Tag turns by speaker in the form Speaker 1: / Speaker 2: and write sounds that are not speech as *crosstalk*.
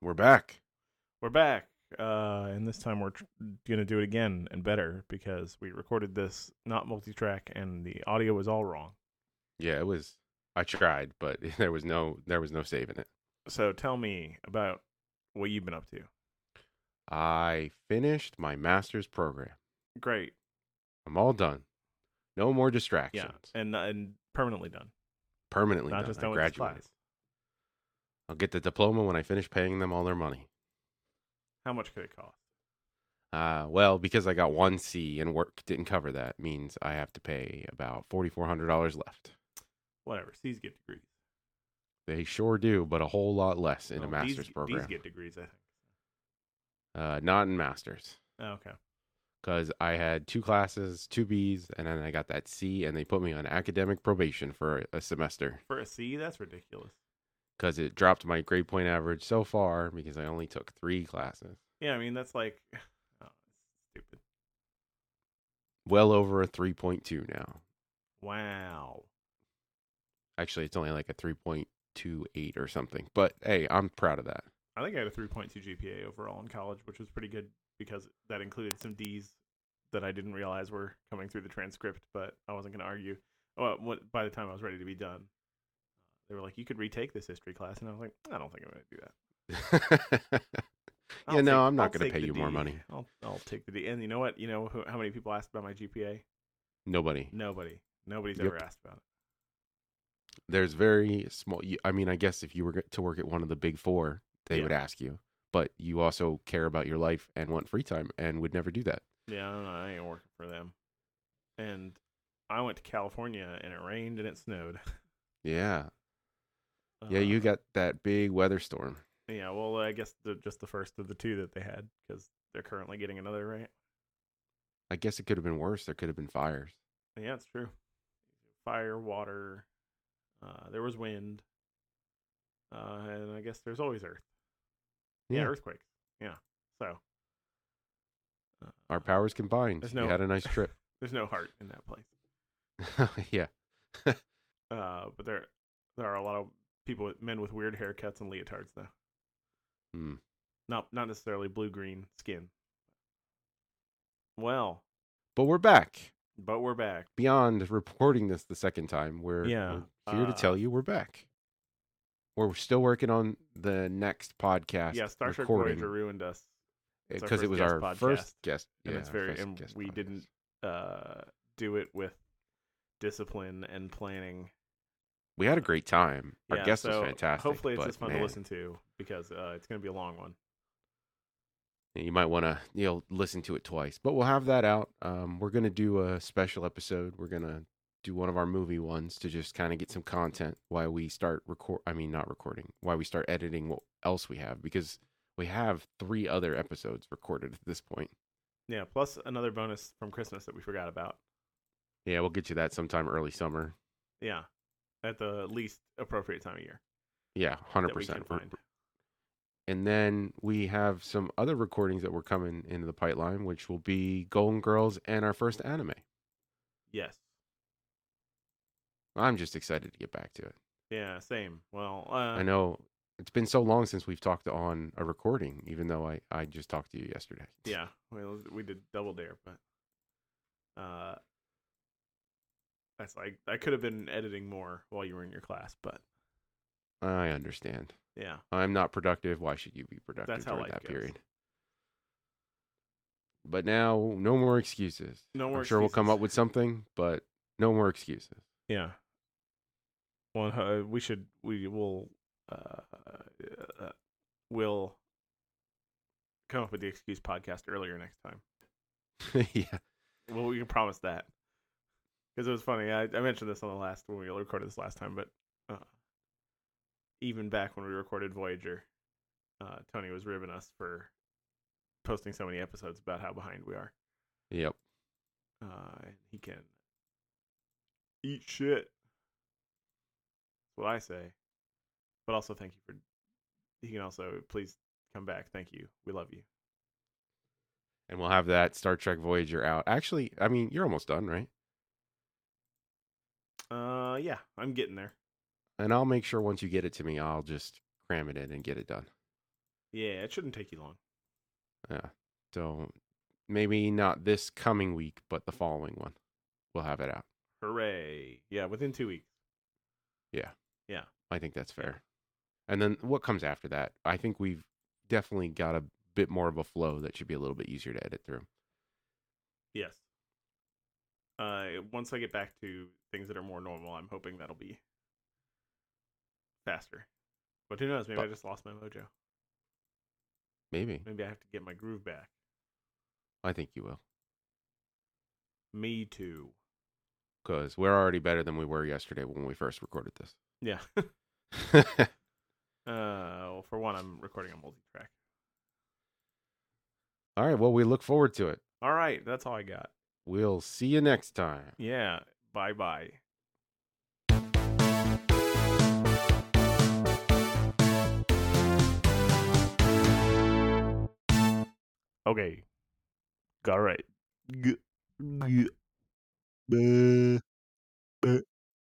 Speaker 1: We're back.
Speaker 2: We're back. Uh, and this time we're tr- going to do it again and better because we recorded this not multi track and the audio was all wrong.
Speaker 1: Yeah, it was. I tried, but *laughs* there was no there was no saving it.
Speaker 2: So tell me about what you've been up to.
Speaker 1: I finished my master's program.
Speaker 2: Great.
Speaker 1: I'm all done. No more distractions.
Speaker 2: Yeah. And, uh, and permanently done.
Speaker 1: Permanently
Speaker 2: Not
Speaker 1: done.
Speaker 2: just
Speaker 1: I
Speaker 2: done with this
Speaker 1: graduated.
Speaker 2: class.
Speaker 1: I'll get the diploma when I finish paying them all their money.
Speaker 2: How much could it cost?
Speaker 1: Uh, well, because I got one C and work didn't cover that, means I have to pay about forty four hundred dollars left.
Speaker 2: Whatever. C's get degrees.
Speaker 1: They sure do, but a whole lot less in
Speaker 2: Oh,
Speaker 1: a master's
Speaker 2: D's,
Speaker 1: program.
Speaker 2: D's get degrees, I think.
Speaker 1: uh, not in masters.
Speaker 2: Oh, okay.
Speaker 1: because I had two classes, two B's, and then I got that C, and they put me on academic probation for a semester
Speaker 2: For a C, that's ridiculous.
Speaker 1: because it dropped my grade point average so far because I only took three classes,
Speaker 2: Yeah, I mean, that's like *sighs* oh, stupid.
Speaker 1: well over a 3.2 now.
Speaker 2: Wow.
Speaker 1: Actually, it's only like a 3.28 or something, but hey, I'm proud of that. *laughs*
Speaker 2: I think I had a 3.2 GPA overall in college, which was pretty good because that included some D's that I didn't realize were coming through the transcript, but I wasn't going to argue. Well, what, by the time I was ready to be done, they were like, "You could retake this history class," and I was like, "I don't think I'm going to do that."
Speaker 1: Yeah,
Speaker 2: I'll
Speaker 1: no, I'm not
Speaker 2: I'll
Speaker 1: gonna
Speaker 2: take
Speaker 1: pay
Speaker 2: the
Speaker 1: you more
Speaker 2: D.
Speaker 1: money.
Speaker 2: I'll, I'll take the D. And you know what? You know who, how many people asked about my GPA?
Speaker 1: Nobody.
Speaker 2: Nobody. Nobody's
Speaker 1: Yep.
Speaker 2: ever asked about it.
Speaker 1: There's very small. you- I mean, I guess if you were to work at one of the big four, they
Speaker 2: Yeah.
Speaker 1: would ask you, but you also care about your life and want free time and would never do that.
Speaker 2: Yeah, I don't know. I ain't working for them. And I went to California, and it rained and it snowed.
Speaker 1: Yeah. Yeah, you
Speaker 2: Uh,
Speaker 1: got that big weather storm.
Speaker 2: Yeah, well, I guess the, just the first of the two that they had because they're currently getting another, right?
Speaker 1: I guess it could have been worse. There could have been fires.
Speaker 2: Yeah, it's true. Fire, water. Uh, there was wind. Uh, and I guess there's always earth. Yeah,
Speaker 1: Yeah.
Speaker 2: earthquakes. Yeah. So uh,
Speaker 1: Our powers combined.
Speaker 2: There's
Speaker 1: you
Speaker 2: no-
Speaker 1: had a nice trip. *laughs*
Speaker 2: there's no heart in that place.
Speaker 1: yeah.
Speaker 2: Uh, but there there are a lot of people, with, men with weird haircuts and leotards though.
Speaker 1: Hmm.
Speaker 2: Not not necessarily blue green skin. Well,
Speaker 1: But we're back.
Speaker 2: but we're back.
Speaker 1: Beyond reporting this the second time, we're,
Speaker 2: Yeah,
Speaker 1: we're here to
Speaker 2: uh,
Speaker 1: tell you we're back. We're still working on the next podcast.
Speaker 2: Yeah, Star Trek
Speaker 1: recording,
Speaker 2: Voyager ruined us. it's our
Speaker 1: Because it
Speaker 2: first
Speaker 1: was
Speaker 2: guest
Speaker 1: our
Speaker 2: podcast,
Speaker 1: first guest.
Speaker 2: and
Speaker 1: yeah,
Speaker 2: it's
Speaker 1: our
Speaker 2: very
Speaker 1: first
Speaker 2: and
Speaker 1: guest
Speaker 2: we
Speaker 1: podcast.
Speaker 2: didn't uh do it with discipline and planning.
Speaker 1: We had a great time. Our
Speaker 2: yeah,
Speaker 1: guest
Speaker 2: so
Speaker 1: was fantastic.
Speaker 2: Hopefully it's
Speaker 1: but,
Speaker 2: just fun
Speaker 1: man,
Speaker 2: to listen to because uh it's gonna be a long one.
Speaker 1: you might want to you know listen to it twice but we'll have that out um, we're going to do a special episode we're going to do one of our movie ones to just kind of get some content while we start record i mean not recording why we start editing what else we have because we have three other episodes recorded at this point
Speaker 2: Yeah, plus another bonus from Christmas that we forgot about.
Speaker 1: yeah we'll get you that sometime early summer
Speaker 2: Yeah. At the least appropriate time of year.
Speaker 1: yeah 100%
Speaker 2: That we can
Speaker 1: We're-
Speaker 2: find.
Speaker 1: and then we have some other recordings that were coming into the pipeline which will be golden girls and our first anime
Speaker 2: Yes.
Speaker 1: i'm just excited to get back to it
Speaker 2: Yeah, same. Well, uh
Speaker 1: I know it's been so long since we've talked on a recording, even though I, I just talked to you yesterday.
Speaker 2: Yeah, well, we did double dare, but uh, that's like I could have been editing more while you were in your class, but
Speaker 1: I understand.
Speaker 2: yeah,
Speaker 1: I'm not productive. Why should you be productive
Speaker 2: That's how
Speaker 1: during
Speaker 2: life
Speaker 1: that
Speaker 2: goes.
Speaker 1: period? But now, no more excuses.
Speaker 2: No more
Speaker 1: I'm sure we'll come
Speaker 2: excuses.
Speaker 1: up with something, but no more excuses. *laughs*
Speaker 2: yeah. Well, uh, we should we will uh, uh will come up with the excuse podcast earlier next time.
Speaker 1: yeah,
Speaker 2: Well, we can promise that because it was funny. I, I mentioned this on the last when we recorded this last time, but uh, even back when we recorded Voyager, uh, Tony was ribbing us for posting so many episodes about how behind we are.
Speaker 1: yep.
Speaker 2: Uh, and he can eat shit. That's what I say. But also, thank you for. He can also please come back. Thank you. We love you.
Speaker 1: And we'll have that Star Trek Voyager out. Actually, I mean, you're almost done, right?
Speaker 2: Uh, yeah, I'm getting there.
Speaker 1: And I'll make sure once you get it to me, I'll just cram it in and get it done.
Speaker 2: Yeah, it shouldn't take you long.
Speaker 1: Yeah. So maybe not this coming week, but the following one, we'll have it out.
Speaker 2: Hooray! Yeah, within two weeks.
Speaker 1: I think that's fair. And then what comes after that? I think we've definitely got a bit more of a flow that should be a little bit easier to edit through.
Speaker 2: Yes. Uh, once I get back to things that are more normal, I'm hoping that'll be faster. But who knows? Maybe I
Speaker 1: But-
Speaker 2: just lost my mojo.
Speaker 1: Maybe.
Speaker 2: Maybe I have to get my groove back.
Speaker 1: I think you will.
Speaker 2: Me too.
Speaker 1: Because we're already better than we were yesterday when we first recorded this. *laughs*
Speaker 2: Yeah. Uh, well, for one, I'm recording a multi-track.
Speaker 1: all right. Well, we look forward to it.
Speaker 2: All right, that's all I got.
Speaker 1: We'll see you next time.
Speaker 2: Yeah. Bye bye. Okay. All right. G- g-